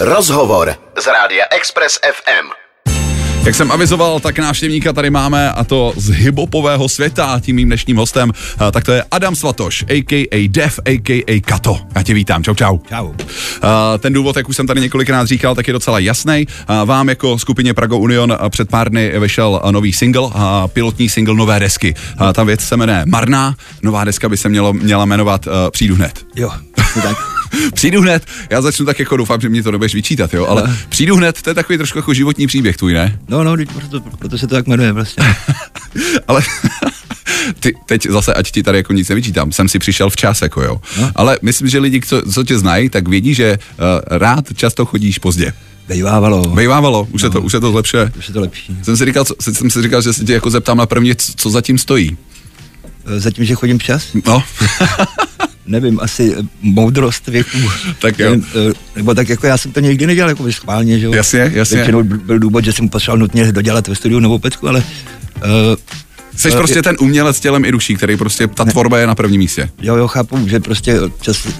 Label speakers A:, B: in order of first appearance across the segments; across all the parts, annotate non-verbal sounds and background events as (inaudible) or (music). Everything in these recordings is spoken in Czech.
A: Rozhovor z rádia Express FM.
B: Jak jsem avizoval, tak návštěvníka tady máme a to z hibopového světa. Tím mým dnešním hostem, eh, tak to je Adam Svatoš, a.k.a. Dev, a.k.a. Kato. Já tě vítám, čau, čau.
C: Čau.
B: Eh, Ten důvod, jak už jsem tady několikrát říkal, tak je docela jasný. Vám jako skupině Prago Union eh, před pár dny vyšel eh, nový single, eh, pilotní single nové desky. Eh, Ta věc se jmenuje Marná, nová deska by se mělo, měla jmenovat eh, Přijdu hned. (laughs)
C: Jo. Tak.
B: Přijdu hned, já začnu tak jako doufám, že mě to nebudeš vyčítat, jo, ale přijdu hned, to je takový trošku jako životní příběh tvůj, ne?
C: No, no, teď proto, proto, se to tak jmenuje (laughs) prostě.
B: (laughs) Ale ty, teď zase, ať ti tady jako nic nevyčítám, jsem si přišel včas, jako jo. No.
C: No.
B: Ale myslím, že lidi, co, co tě znají, tak vědí, že uh, rád často chodíš pozdě.
C: Bejvávalo.
B: Bejvávalo, už, no. se to, už se to zlepšuje.
C: Už je to lepší.
B: Jsem si říkal, co, jsem si říkal že se tě jako zeptám na první, co, co zatím stojí.
C: E, Zatím, že chodím včas,
B: (laughs) No,
C: nevím, asi e, moudrost (laughs) věku.
B: Tak jo.
C: Nevím, e, Nebo tak jako já jsem to nikdy nedělal jako by schválně, že jo.
B: Jasně, jasně.
C: Většinou b- byl důvod, že jsem potřeboval nutně dodělat ve studiu novou pecku, ale uh,
B: jsi prostě ten umělec tělem i duší, který prostě, ta tvorba je na prvním místě.
C: jo, jo, chápu, že prostě čas e,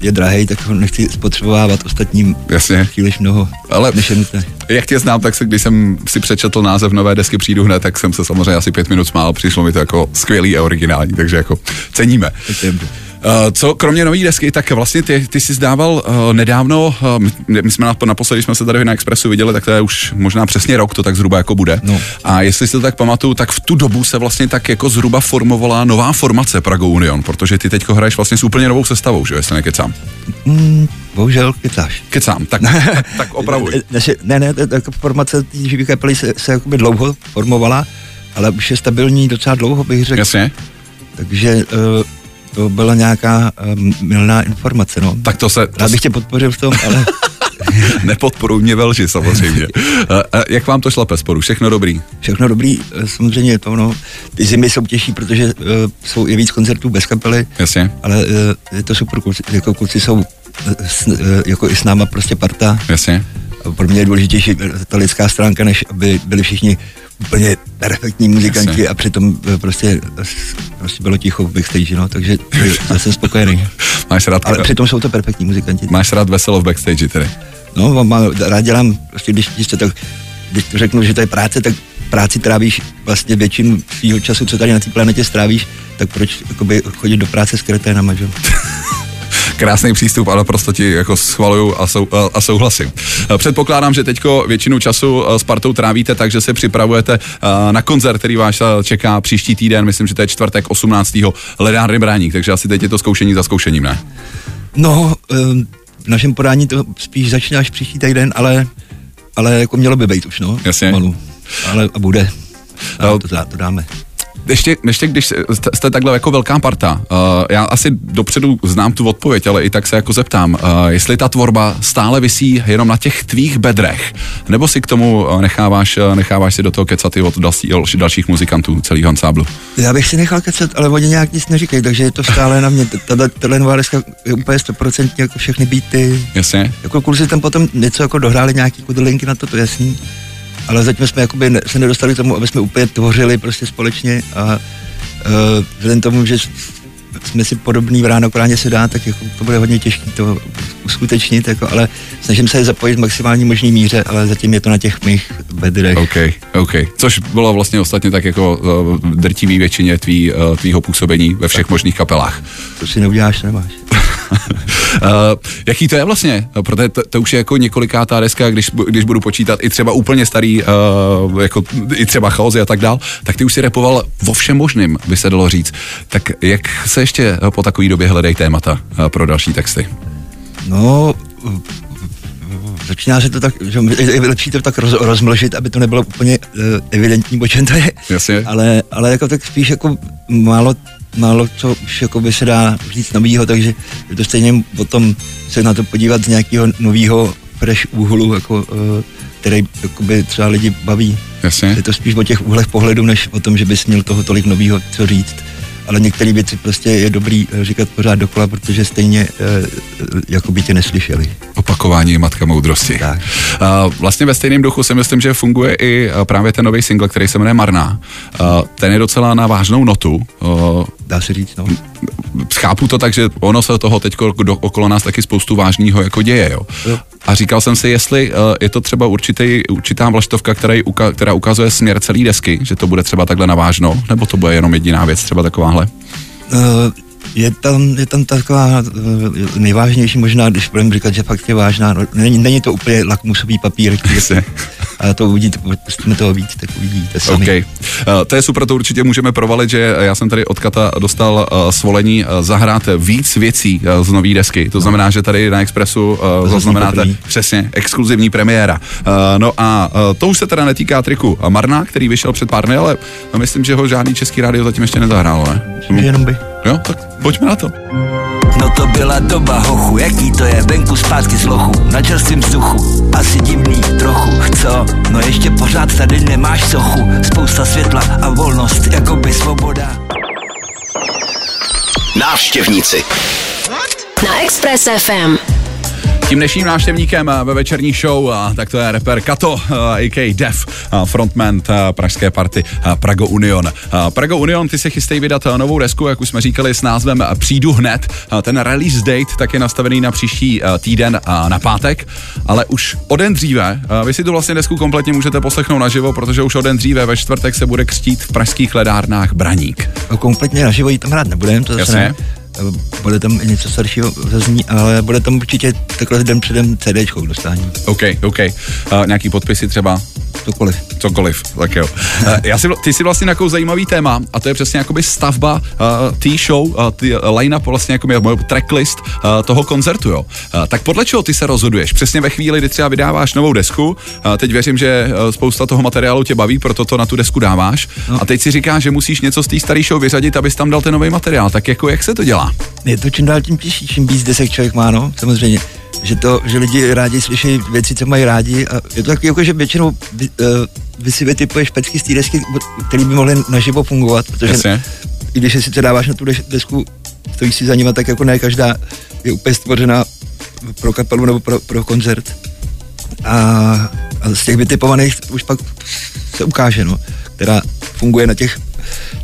C: je drahý, tak ho nechci spotřebovávat ostatním
B: Jasně.
C: příliš mnoho,
B: Ale-
C: než je nutné.
B: Jak tě znám, tak se, když jsem si přečetl název nové desky Přijdu hned, tak jsem se samozřejmě asi pět minut smál, přišlo mi to jako skvělý a originální, takže jako ceníme.
C: To je dobře.
B: Eh, Co kromě nové desky, tak vlastně ty, ty jsi zdával eh, nedávno, eh, my- my jsme na- naposledy, když jsme se tady na Expressu viděli, tak to je už možná přesně rok, to tak zhruba jako bude.
C: No.
B: A jestli si to tak pamatuju, tak v tu dobu se vlastně tak jako zhruba formovala nová formace Prago Union, protože ty teď hraješ vlastně s úplně novou sestavou, že jo, jestli nekecám.
C: Mm, bohužel, kytáš.
B: Kecám,
C: (laughs)
B: tak, tak, tak opravuj.
C: Naše, ne, ne, ta, ta formace té živý kapely se, se jakoby dlouho formovala, ale už je stabilní docela dlouho, bych řekl.
B: Jasně.
C: Takže uh, to byla nějaká um, milná informace, no.
B: Tak to se... To
C: Já bych tě podpořil v tom,
B: (laughs)
C: ale
B: Nepodporuj mě ve lži, samozřejmě. A, a jak vám to šlape sporu? Všechno dobrý?
C: všechno dobrý, eh, samozřejmě to, no. Ty zimy jsou těžší, protože uh, jsou i víc koncertů bez kapely,
B: Jasně.
C: ale uh, je to super, kluci, jako kluci jsou eh, s, uh, jako i s náma prostě parta,
B: Jasně.
C: pro mě je důležitější ta lidská stránka, než aby byli všichni úplně perfektní muzikanti
B: Jasně.
C: a přitom eh, prostě, s- prostě bylo ticho v backstage, no, takže já jsem spokojený.
B: Máš rád,
C: Ale přitom jsou to perfektní muzikanti.
B: máš rád veselo v backstage tedy.
C: No, mám, mám, rád dělám, prostě, když, když, to tak, když to řeknu, že to je práce, tak práci trávíš vlastně většinu svého času, co tady na té planetě strávíš, tak proč jakoby, chodit do práce s kreténama, že? jo?
B: Krásný přístup, ale prosto ti jako schvaluju a, sou, a, a souhlasím. A Předpokládám, že teďko většinu času a, s partou trávíte, takže se připravujete a, na koncert, který vás a, čeká příští týden, myslím, že to je čtvrtek 18. Ledárny Bráník, takže asi teď je to zkoušení za zkoušením, ne?
C: No, ehm, v našem podání to spíš začne až příští týden, ale, ale jako mělo by být už, no.
B: Jasně.
C: Pomalu. Ale a bude. A
B: No.
C: to, dá, to dáme.
B: Ještě, ještě když jste, jste takhle jako velká parta, uh, já asi dopředu znám tu odpověď, ale i tak se jako zeptám, uh, jestli ta tvorba stále visí jenom na těch tvých bedrech, nebo si k tomu eh, necháváš, eh, necháváš si do toho kecat i od další, dalších muzikantů celého ansáblu.
C: Já bych si nechal kecat, ale oni nějak nic neříkají, takže je to stále na mě. Tato, tato nová deska je úplně stoprocentně jako všechny beaty.
B: Jasně?
C: Jako kluci tam potom něco jako dohráli nějaký linky na to, to je jasný. Ale zatím jsme jakoby ne, se nedostali k tomu, aby jsme úplně tvořili prostě společně a uh, vzhledem tomu, že s- jsme si podobný v ráno kráně se dá, tak jako to bude hodně těžké to uskutečnit, jako, ale snažím se je zapojit v maximální možné míře, ale zatím je to na těch mých bedrech.
B: OK, OK. Což bylo vlastně ostatně tak jako eh, v drtivý většině tvý, eh, tvýho působení ve všech možných kapelách.
C: To si neuděláš, to nemáš.
B: (laughs) Eh, jaký to je vlastně? Protože to, to už je jako několikátá deska, když, bu- když budu počítat i třeba úplně starý, uh, jako i třeba chaosy a tak dál, tak ty už si repoval o všem možným, by se dalo říct. Tak jak se ještě eh, po takové době hledají témata eh, pro další texty?
C: No, v- v- začíná se to tak, že je je lepší to tak roz, rozmlžit, aby to nebylo úplně eh, evidentní, o čem to je.
B: Jasně.
C: Ale, ale jako tak spíš jako málo, málo co už jako by se dá říct novýho, takže je to stejně potom se na to podívat z nějakého nového fresh úhlu, jako, eh, který jakoby třeba lidi baví.
B: Jasně.
C: Je to spíš o těch úhlech pohledu, než o tom, že bys měl toho tolik nového co říct. Ale některé věci prostě je dobrý eh, říkat pořád dokola, protože stejně eh, jako by tě neslyšeli.
B: Opakování je matka moudrosti.
C: Tak.
B: A vlastně ve stejném duchu si myslím, že funguje i eh, právě ten nový single, který se jmenuje Marná. A ten je docela na vážnou notu. Eh,
C: Dá se říct, no.
B: chápu to tak, že ono se toho teď okolo nás taky spoustu vážného jako děje, jo.
C: Jo.
B: A a říkal jsem si, jestli uh, je to třeba určitý, určitá vlaštovka, která, uka, která ukazuje směr celé desky, že to bude třeba takhle navážno, nebo to bude jenom jediná věc, třeba takováhle.
C: Uh, je tam, je tam taková uh, nejvážnější možná, když budeme říkat, že fakt je vážná. No, není, není to úplně lakmusový (laughs) papír, který
B: Jasně.
C: ale to uvidíte, pustíme toho víc, tak uvidíte sami.
B: Okay. Uh, to je super, to určitě můžeme provalit, že já jsem tady od Kata dostal uh, svolení uh, zahrát víc věcí uh, z nové desky. To znamená, že tady na Expressu uh,
C: zazní
B: zaznamenáte
C: poprvé.
B: přesně exkluzivní premiéra. Uh, no a uh, to už se teda netýká triku Marna, který vyšel před pár dny, ale myslím, že ho žádný český rádio zatím ještě nezahrálo, ne?
C: Že Jenom by.
B: Jo, tak pojďme na to.
D: No to byla doba hochu, jaký to je venku zpátky z lochu, na čerstvém vzduchu, asi divný trochu, co? No ještě pořád tady nemáš sochu, spousta světla a volnost, jako by svoboda.
A: Návštěvníci.
E: na Express FM.
B: Tím dnešním návštěvníkem eh, ve večerní show, eh, tak to je rapper Kato, eh, a.k. Def, eh, frontman eh, pražské party eh, Prago Union. Eh, Prago Union, ty se chystejí vydat eh, novou desku, jak už jsme říkali, s názvem eh, Přijdu hned. Eh, Ten release date tak je nastavený na příští eh, týden eh, na pátek, ale už o den dříve, eh, vy si tu vlastně desku kompletně můžete poslechnout naživo, protože už o den dříve ve čtvrtek se bude křtít v pražských ledárnách Braník.
C: No, Kompletně na živo ji tam hrát nebudeme, to zase
B: Jasně.
C: ne. Bude tam i něco staršího zazní, ale bude tam určitě takhle den předem CDčko k dostání,
B: OK, OK. Eh, Nějaký podpisy třeba?
C: cokoliv.
B: cokoliv, tak jo. Eh, Já si, ty si vlastně nějakou zajímavý téma a to je přesně jakoby stavba uh, té show, uh, tý line-up vlastně jako moje tracklist uh, toho koncertu, jo. Uh, tak podle čeho ty se rozhoduješ? Přesně ve chvíli, kdy třeba vydáváš novou desku, uh, teď věřím, že uh, spousta toho materiálu tě baví, proto to na tu desku dáváš a teď si říkáš, že musíš něco z té staré show vyřadit, abys tam dal ten nový materiál, tak jako jak se to dělá?
C: Je to čím dál tím těžší, čím víc desek člověk má, no, samozřejmě. Že to, že lidi rádi slyší věci, co mají rádi a je to taky jako, že většinou vy, uh, vy si vytipuješ pecky z té desky, které by mohly naživo fungovat, protože
B: Jasně.
C: i když si to dáváš na tu deš- desku, stojíš si za nima, tak jako ne každá je úplně stvořena pro kapelu nebo pro, pro koncert. A, a z těch vytipovaných už pak se ukáže, no, která funguje na těch,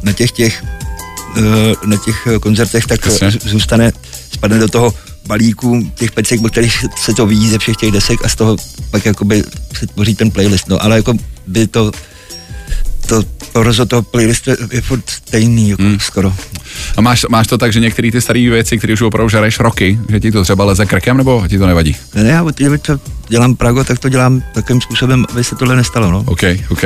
C: na těch, těch eh, na těch eh, koncertech, tak
B: Jasně.
C: Jasně. zůstane, spadne do toho balíku těch pecek, o kterých se to ví ze všech těch desek a z toho pak jakoby se tvoří ten playlist, no, ale jako by to to, to rozhod toho playlistu je- je furt stejný, jako hmm. skoro.
B: A máš, máš to tak, že některé ty staré věci, které už opravdu žereš roky, že ti to třeba leze krkem nebo ti to nevadí?
C: Ne, ne, já od té doby, co dělám Prago, tak to dělám takovým způsobem, aby se tohle nestalo, no.
B: OK, OK,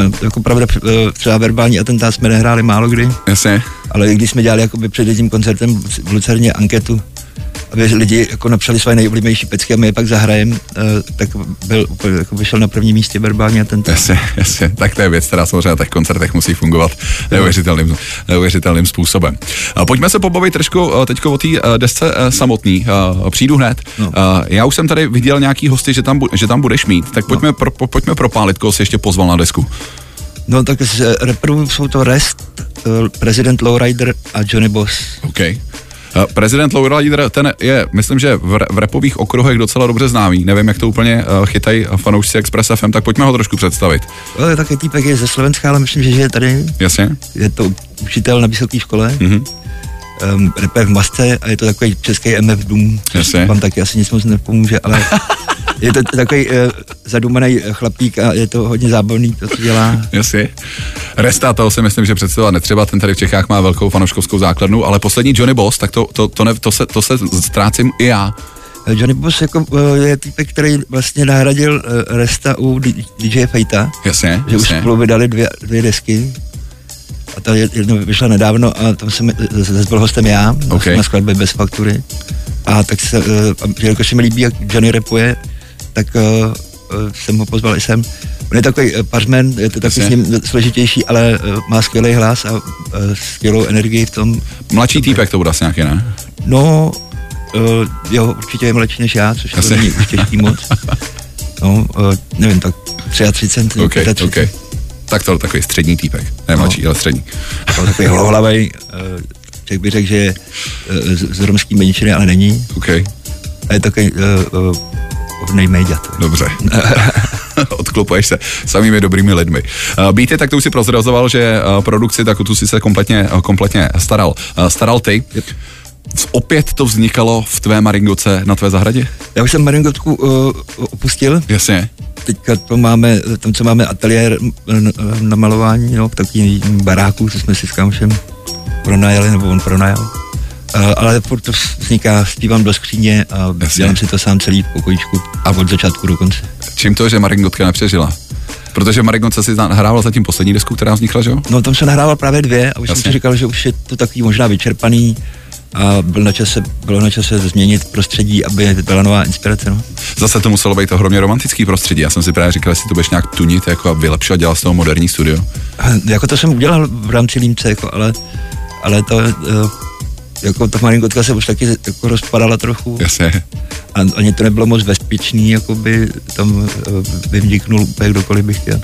C: E, Jako pravda, e, třeba verbální atentát jsme nehráli málo kdy,
B: jasně.
C: ale i když jsme dělali jakoby před jedním koncertem v Luc- v Lucerně anketu, aby lidi jako napsali své nejoblíbenější pecky a my je pak zahrajeme, e, tak byl, úplně- jako vyšel na první místě verbální atentát.
B: Jasně, jasně. Tak to je věc, která samozřejmě na těch koncertech musí fungovat neuvěřitelným, neuvěřitelným způsobem. A Pojďme se pobavit trošku teď o té eh, desce eh, samotný. Eh, Přijdu hned. No.
C: No.
B: Já už jsem tady viděl nějaký hosty, že tam, bu- že tam budeš mít, tak pojďme, pro, po- pojďme propálit, koho jsi ještě pozval na desku.
C: No tak z e, rapperů jsou to Rest, e, President Lowrider a Johnny Boss.
B: OK. Eh, Prezident Lowrider, ten je, myslím, že v, ra- v repových okruhech docela dobře známý. Nevím, jak to úplně eh, chytají fanoušci Express FM, tak pojďme ho trošku představit.
C: Ale taky týpek je ze Slovenska, ale myslím, že žije tady.
B: Jasně?
C: je to učitel na vysoké škole, mm-hmm. um, v masce a je to takový český MF Doom, což
B: Jasně.
C: vám taky asi nic moc nepomůže, ale je to takový uh, zadumaný chlapík a je to hodně zábavný, to co dělá.
B: Jasně. Resta, toho si myslím, že představovat netřeba, ten tady v Čechách má velkou fanouškovskou základnu, ale poslední Johnny Boss, tak to, to, to, ne, to, se, to se ztrácím i já.
C: Eh, Johnny Boss jako, eh, je týpek, který vlastně nahradil eh, Resta u D- DJ Fejta,
B: Jasně,
C: že už
B: jasně.
C: spolu vydali dvě, dvě desky a ta jed- jedna vyšla nedávno a tam jsem z- z- byl hostem já
B: Ok.
C: okay. na skladbě bez faktury a tak se, eh, a jelikož se mi líbí, jak Johnny repuje, tak eh, eh, jsem ho pozval i sem. On je takový eh, pařmen, je to
B: Jasně.
C: takový s ním složitější, ale eh, má skvělý hlas a eh, skvělou energii v tom.
B: Mladší týpek to bude asi nějaký, ne?
C: No, eh, jo, určitě je mladší než já, což to
B: Jasně.
C: není už
B: (laughs)
C: těžký moc. No, eh, nevím, tak 33,
B: OK,
C: 35.
B: OK. Tak to je takový střední týpek. Ne mladší, ale střední.
C: No, takový holohlavej, eh, člověk by řekl, že je eh, z, z romský menšiny, ale není.
B: OK,
C: A je takový uh, uh, hodnej mejďat.
B: dobře. (laughs) Odklopuješ se samými dobrými lidmi. Eh, Beaty, tak to už si prozrazoval, že eh, produkci, tak o tu si se kompletně, eh, kompletně staral. Eh, Staral ty.
C: Yep.
B: opět to vznikalo v tvé maringoce na tvé zahradě?
C: Já už jsem maringotku uh, opustil,
B: Jasně.
C: teďka to máme, tam co máme ateliér na, na malování, no, takový baráků, co jsme si s kámošem pronajali, nebo on pronajal. Uh, ale furt to vzniká, zpívám do skříně a
B: Jasně.
C: dělám si to sám celý v pokojíčku a od začátku do konce.
B: Čím to, že maringotka nepřežila? Protože maringotka si nahrála zatím poslední desku, která vznikla, že jo?
C: No tam se nahrával právě dvě a už
B: Jasně.
C: jsem si říkal, že už je to takový možná vyčerpaný a byl na čase, bylo na čase změnit prostředí, aby byla nová inspirace. No.
B: Zase to muselo být ohromně romantický prostředí. Já jsem si právě říkal, jestli to budeš nějak tunit jako a vylepšovat, dělat z toho moderní studio. (laughs)
C: Jako to jsem udělal v rámci Límce, jako, ale, ale to, eh, jako ta malinkotka se už taky jako rozpadala trochu
B: Jasně.
C: a ani to nebylo moc bezpečný, jako by tam eh, by vniknul úplně kdokoliv bych chtěl.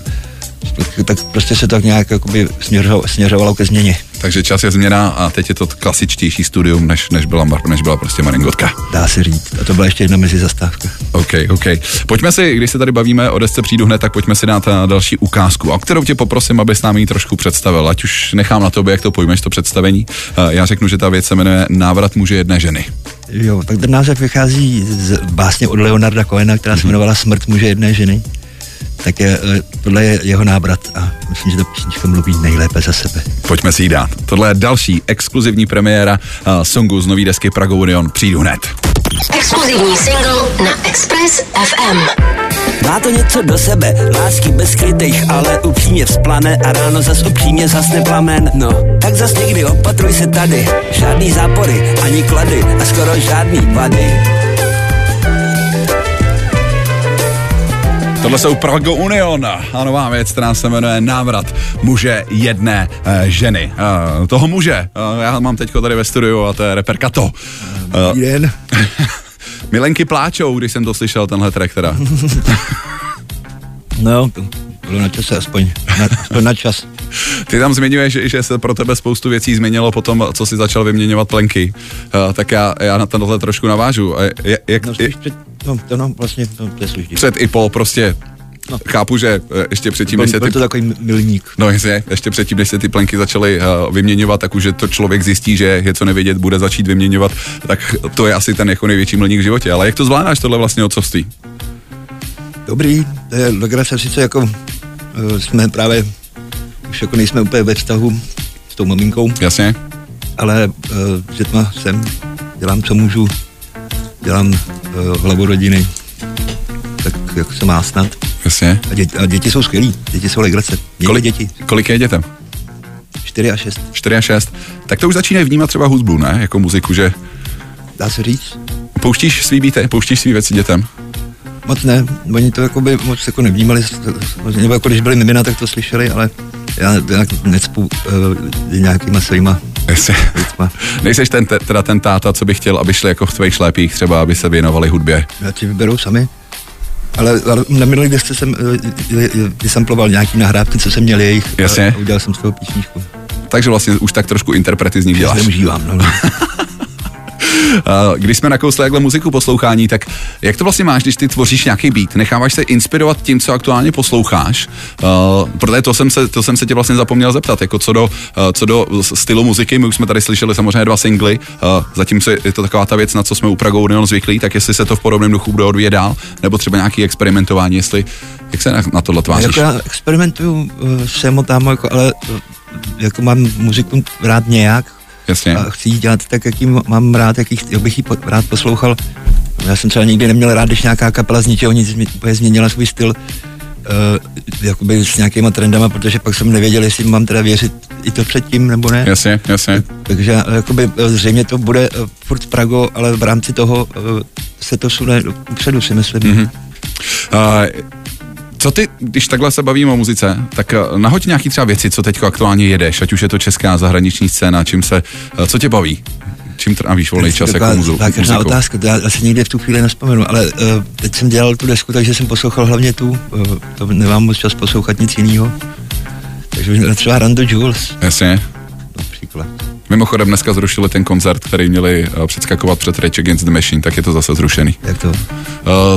C: Tak, tak prostě se tak nějak jakoby směřovalo, směřovalo ke změně.
B: Takže čas je změna a teď je to klasičtější studium, než, než, byla, mar- než byla prostě maringotka.
C: Dá se říct. A to byla ještě jedna mezi zastávka.
B: OK, OK. Pojďme si, když se tady bavíme o desce přijdu hned, tak pojďme si dát eh, další ukázku, o kterou tě poprosím, abys nám ji trošku představil. Ať už nechám na tobě, jak to pojmeš, to představení. Eh, Já řeknu, že ta věc se jmenuje Návrat muže jedné ženy.
C: Jo, tak ten název vychází z básně od Leonarda Cohena, která se jmenovala Smrt muže jedné ženy. Tak je, eh, tohle je jeho nábrat a myslím, že ta písnička mluví nejlépe za sebe.
B: Pojďme si ji dát. Tohle je další exkluzivní premiéra eh, songu z nový desky Prago Union. Přijdu hned.
E: Exkluzivní single na Express FM.
D: Má to něco do sebe, lásky bez krytejch, ale upřímně vzplane a ráno zas upřímně zasne plamen. No, tak zas někdy opatruj se tady, žádný zápory, ani klady a skoro žádný vady.
B: Tohle jsou Prago Union a nová věc, která se jmenuje Návrat muže jedné eh, ženy. Eh, toho muže, eh, já mám teďko tady ve studiu a to je reperka to. Eh,
C: Jeden.
B: (laughs) Milenky pláčou, když jsem to slyšel, tenhle track teda.
C: No, to bylo na čase aspoň, na, aspoň na čas.
B: Ty tam zmiňuješ, že se pro tebe spoustu věcí změnilo po tom, co jsi začal vyměňovat plenky. Eh, Tak já, já na tenhle trošku navážu. Eh, je- Jak,
C: No,
B: je-
C: spíš před, no, to no, vlastně to, to je služdí.
B: před i po prostě chápu, že eh, ještě předtím,
C: No. Byl,
B: než se ty
C: byl to takový mi- milník.
B: No jasně, ještě předtím, než se ty plenky začaly uh, vyměňovat, tak už je to člověk zjistí, že je co nevědět, bude začít vyměňovat, tak to je asi ten jako největší mlník v životě. Ale jak to zvládáš tohle vlastně odcovství?
C: Dobrý, to je legrace, sice jako uh, jsme právě, už jako nejsme úplně ve vztahu s tou maminkou,
B: Jasně?
C: ale uh, dětma jsem, dělám, co můžu, dělám uh, hlavu rodiny, tak jak se má snad.
B: Jasně.
C: A, děti, a děti jsou skvělí, děti jsou legrace. Kolik děti?
B: Kolik je dětem?
C: 4 a 6,
B: 4 a 6. Tak to už začínají vnímat třeba hudbu, ne? Jako muziku, že
C: dá se říct.
B: pouštíš svý bíte, pouštíš svý věci dětem.
C: Moc ne, oni to jako by moc jako nevnímali, s- s- nebo jako když byli mimina, tak to slyšeli, ale já nějak necpu uh, nějakýma svýma
B: Jasně.
C: věcma.
B: Nejseš ten, te- teda ten táta, co by chtěl, aby šli jako v tvých šlépích třeba, aby se věnovali hudbě.
C: Já ti vyberou sami. Ale ale na minulý desce jsem eh, eh, eh, vysamploval nějaký nahrávky, co jsem měl jejich a-
B: Jasně.
C: a udělal jsem z toho písničku.
B: Takže vlastně už tak trošku interprety z nich
C: Já
B: děláš.
C: si užívám, no.
B: A Když jsme nakousli takhle muziku poslouchání, tak jak to vlastně máš, když ty tvoříš nějaký beat? Necháváš se inspirovat tím, co aktuálně posloucháš? Uh, protože to jsem, se, to jsem se tě vlastně zapomněl zeptat, jako co do, uh, co do s- stylu muziky, my už jsme tady slyšeli samozřejmě dva singly, uh, zatímco je to taková ta věc, na co jsme u Prago Union zvyklí, tak jestli se to v podobném duchu bude odvíjet dál, nebo třeba nějaký experimentování, jestli, jak se na, na tohle tváříš?
C: Jako já experimentuju eh, sem tam, jako, ale eh, jako mám muziku rád nějak
B: Jasně.
C: a chci ji dělat tak, jak ji mám rád, jak, ji, chci- jak bych ji po, rád poslouchal. Já jsem třeba nikdy neměl rád, když nějaká kapela z ničeho nic zmi- úplně změnila svůj styl uh, jakoby s nějakýma trendama, protože pak jsem nevěděl, jestli mám teda věřit i to předtím, nebo ne.
B: Jasně, jasně.
C: Takže eh, jakoby, eh, zřejmě to bude eh, furt Prago, ale v rámci toho eh, se to sune upředu, si myslím.
B: Mhm.
C: Mm-hmm.
B: A co ty, když takhle se bavíme o muzice, tak eh, nahoď nějaký třeba věci, co teď aktuálně jedeš, ať už je to česká zahraniční scéna, čím se, eh, co tě baví? Čím trávíš volný čas jako muzu,
C: Zákeřná
B: muzikou?
C: otázka, to já asi někde v tu chvíli nespomenu, ale uh, teď jsem dělal tu desku, takže jsem poslouchal hlavně tu, uh, to nemám moc čas poslouchat nic jiného. Takže třeba Rando Jules,
B: Jasně.
C: například.
B: Mimochodem dneska zrušili ten koncert, který měli eh, předskakovat před Rage Against the Machine, tak je to zase zrušený.
C: Jak to?
B: Uh,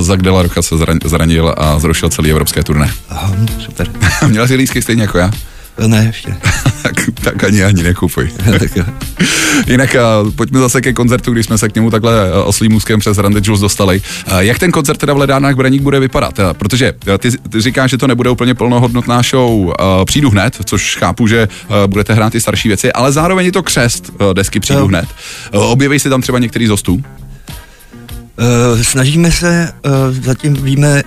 B: Zak de la Rocha se zran- zranil a zrušil celý evropské turné. (laughs)
C: Aha, super. (laughs)
B: Měl jsi lísky stejně jako já? (laughs)
C: Eh, ne, ještě. (laughs)
B: tak, tak ani ani nekupuj.
C: tak jo.
B: (laughs) Jinak a, pojďme zase ke koncertu, když jsme se k němu takhle a, oslým úzkem přes Randy Jules dostali. A, Jak ten koncert teda v Ledánách Braník bude vypadat? A, Protože a, ty, ty říkáš, že to nebude úplně plnohodnotná show a, Přijdu hned, což chápu, že a, budete hrát ty starší věci, ale zároveň je to křest a, desky Přijdu
C: Jo.
B: hned. A, Objeví se tam třeba některý z hostů?
C: Eh, snažíme se, eh, zatím víme,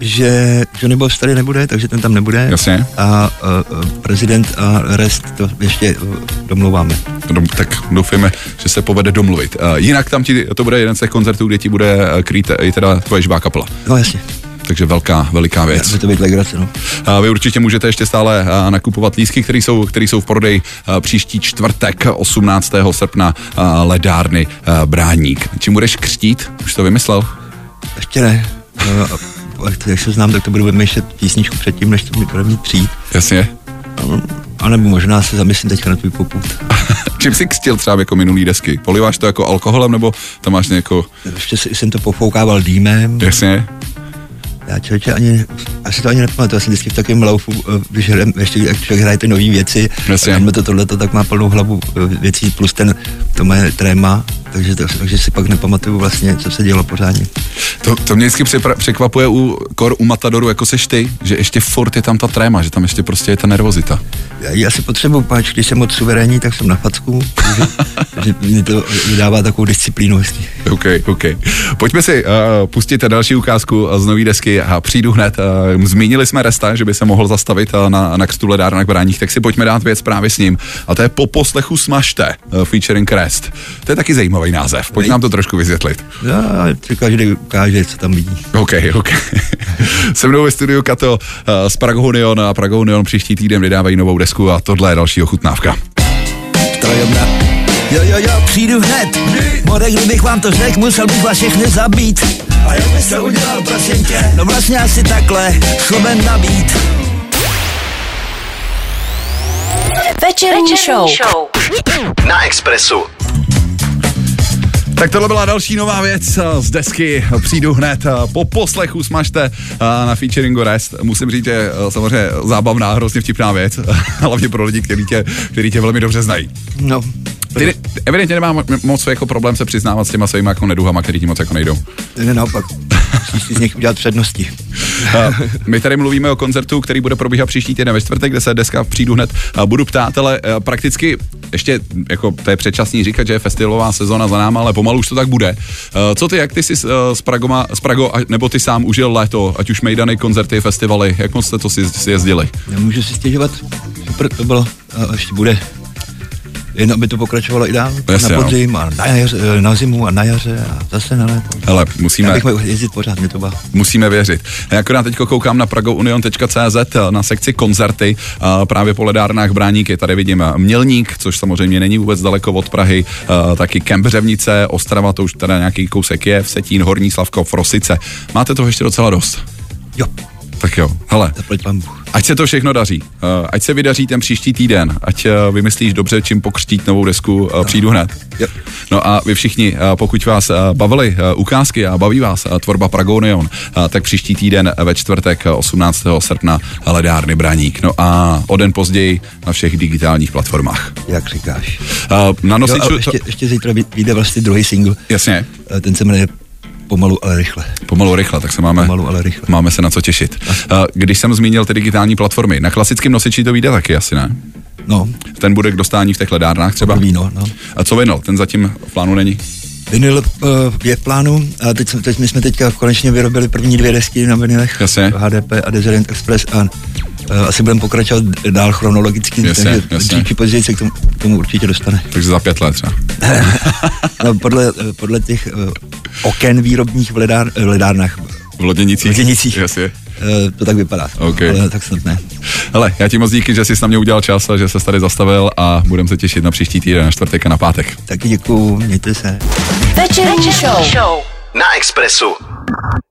C: že Johnny Boss tady nebude, takže ten tam nebude.
B: Jasně.
C: A eh, eh, prezident a rest to ještě eh, domlouváme.
B: Dom- No, tak doufejme, že se povede domluvit. A, Jinak tam ti, to bude jeden z těch koncertů, kde ti bude eh, krýt i teda tvoje živá kapela.
C: No jasně,
B: Takže velká, veliká věc.
C: bude to být legrace, no.
B: A Vy určitě můžete ještě stále a, nakupovat lístky, které jsou, který jsou v prodeji a, příští čtvrtek 18. srpna a, ledárny a, Bráník. Čím budeš křtít? Už to vymyslel?
C: Ještě ne. Eh, a- a jak se znám, tak to budu vymýšlet písničku předtím, než to mi bude mít přijít.
B: Jasně. (laughs)
C: A nebo možná se zamyslím teďka na tvůj poput.
B: Čím jsi křtil třeba jako minulý desky? Poliváš to jako alkoholem nebo tam máš nějakou...
C: Ještě si- jsem to pofoukával dýmem.
B: Jasně.
C: Já člověče ani, asi to ani nepamatuju, já jsem vždycky v takovém laufu, eh, když hrem, ještě jak člověk hraje ty nové věci,
B: Jasně.
C: a jdeme to tohleto, tak má plnou hlavu eh, věcí, plus ten, to moje tréma, takže, to, takže si pak nepamatuju vlastně, co se dělo pořádně.
B: To, to mě vždycky přepra- překvapuje u kor u Matadoru, jako seš ty, že ještě furt je tam ta tréma, že tam ještě prostě je ta nervozita.
C: Já, já si potřebuju páč, když jsem moc suverénní, tak jsem na facku, (laughs) takže, takže mě to dává takovou disciplínu hezky.
B: OK, OK. Pojďme si uh, pustit další ukázku z nové desky a přijdu hned. Uh, zmínili jsme Resta, že by se mohl zastavit uh, na, na křtu Ledára na Bráních, tak si pojďme dát věc právě s ním. A to je Po poslechu smažte, uh, featuring Rest. To je taky zajímavý název, pojď nám to trošku vysvětlit.
C: Já, to každý ukáže, co tam vidí.
B: OK, OK. (laughs) Se mnou ve studiu Kato uh, z Pragohunion a Pragohunion příští týden vydávají novou desku a tohle je další ochutnávka.
D: Trojobra. Jo, jo, jo, přijdu hned. More, kdybych vám to řekl, musel bych vás všechny zabít. A jo, bys to udělal, prosím tě. No vlastně asi takhle, schoben nabít.
F: Večerní, show. show.
A: Na Expressu.
B: Tak tohle byla další nová věc eh, z desky. Přijdu hned eh, po poslechu, smažte eh, na featuringu Rest. Musím říct, že eh, samozřejmě zábavná, hrozně vtipná věc, (laughs) hlavně pro lidi, kteří tě, který tě velmi dobře znají.
C: No,
B: Ty ne- evidentně nemám mo- moc jako problém se přiznávat s těma svýma jako neduhama, který ti moc jako nejdou.
C: to je naopak, musíš si z nich udělat přednosti.
B: Eh, My tady mluvíme o koncertu, který bude probíhat příští týden ve čtvrtek, kde se deska přijdu hned. eh, Budu ptát, ale eh, prakticky ještě, jako to je předčasný říkat, že je festivalová sezona za náma, ale pomalu už to tak bude. Eh, Co ty, jak ty jsi s, eh, s, Pragoma, s Prago, a- nebo ty sám užil léto, ať už mejdany, koncerty, festivaly, jak moc jste to si, si jezdili?
C: Nemůžu si stěžovat, super to bylo a ještě bude. Jen aby to pokračovalo i dál,
B: Jasně,
C: na
B: no.
C: podzim a na, jaře, e, na zimu a na jaře a zase na léto.
B: Hele,
C: Já
B: musíme,
C: bych mohl jezdit pořád, mě to baví.
B: musíme věřit. jako Já akorát teď koukám na pragounion.cz eh, na sekci koncerty eh, právě po ledárnách Bráníky. Tady vidím eh, Mělník, což samozřejmě není vůbec daleko od Prahy, eh, taky Kembřevnice, Ostrava, to už teda nějaký kousek je, Vsetín, Horní Slavkov, Rosice. Máte toho ještě docela dost.
C: Jo,
B: Tak jo, hele,
C: zaplať pán Bůh.
B: ať se to všechno daří, eh, ať se vydaří ten příští týden, ať eh, vymyslíš dobře, čím pokřtít novou desku, eh, přijdu hned.
C: Jo.
B: No a vy všichni, eh, pokud vás eh, bavily eh, ukázky a baví vás eh, tvorba Pragonion, eh, tak příští týden eh, ve čtvrtek eh, 18. srpna Ledárny Braník. No a o den později na všech digitálních platformách.
C: Jak říkáš.
B: Eh, Na
C: Jo,
B: nosiču...
C: a ještě, ještě zítra vy- vyjde vlastně druhý single,
B: Jasně,
C: Eh, ten se jmenuje Pomalu, ale rychle.
B: pomalu rychle, tak se máme,
C: Pomalu, ale rychle.
B: máme se na co těšit. Eh, Když jsem zmínil ty digitální platformy, na klasickém nosiči to vyjde taky asi, ne?
C: No,
B: Ten bude k dostání v těch ledárnách třeba.
C: to víno, no.
B: A co vinyl? Ten zatím v plánu není.
C: Vinyl eh, je v plánu a teď, jsme- teď my jsme teďka konečně vyrobili první dvě desky na vinylech.
B: Jasně.
C: HDP a Desert Express a eh, asi budeme pokračovat dál chronologicky,
B: Jasně,
C: takže
B: jasně.
C: dřív či později se k tomu, k tomu určitě dostane.
B: Takže za pět let třeba.
C: No, podle, eh, podle těch eh, oken výrobních v, ledár, eh, v ledárnách
B: V loděnicích.
C: V Loděnicích.
B: Mhm, Jasně.
C: eh, to tak vypadá.
B: OK.
C: Ale tak snad ne.
B: Hele, já ti moc díky, že jsi na mě udělal čas a že se tady zastavil a budeme se těšit na příští týden, na čtvrtek a na pátek.
C: Taky děkuju, mějte se.
F: Večerní, show.
A: Na Expressu.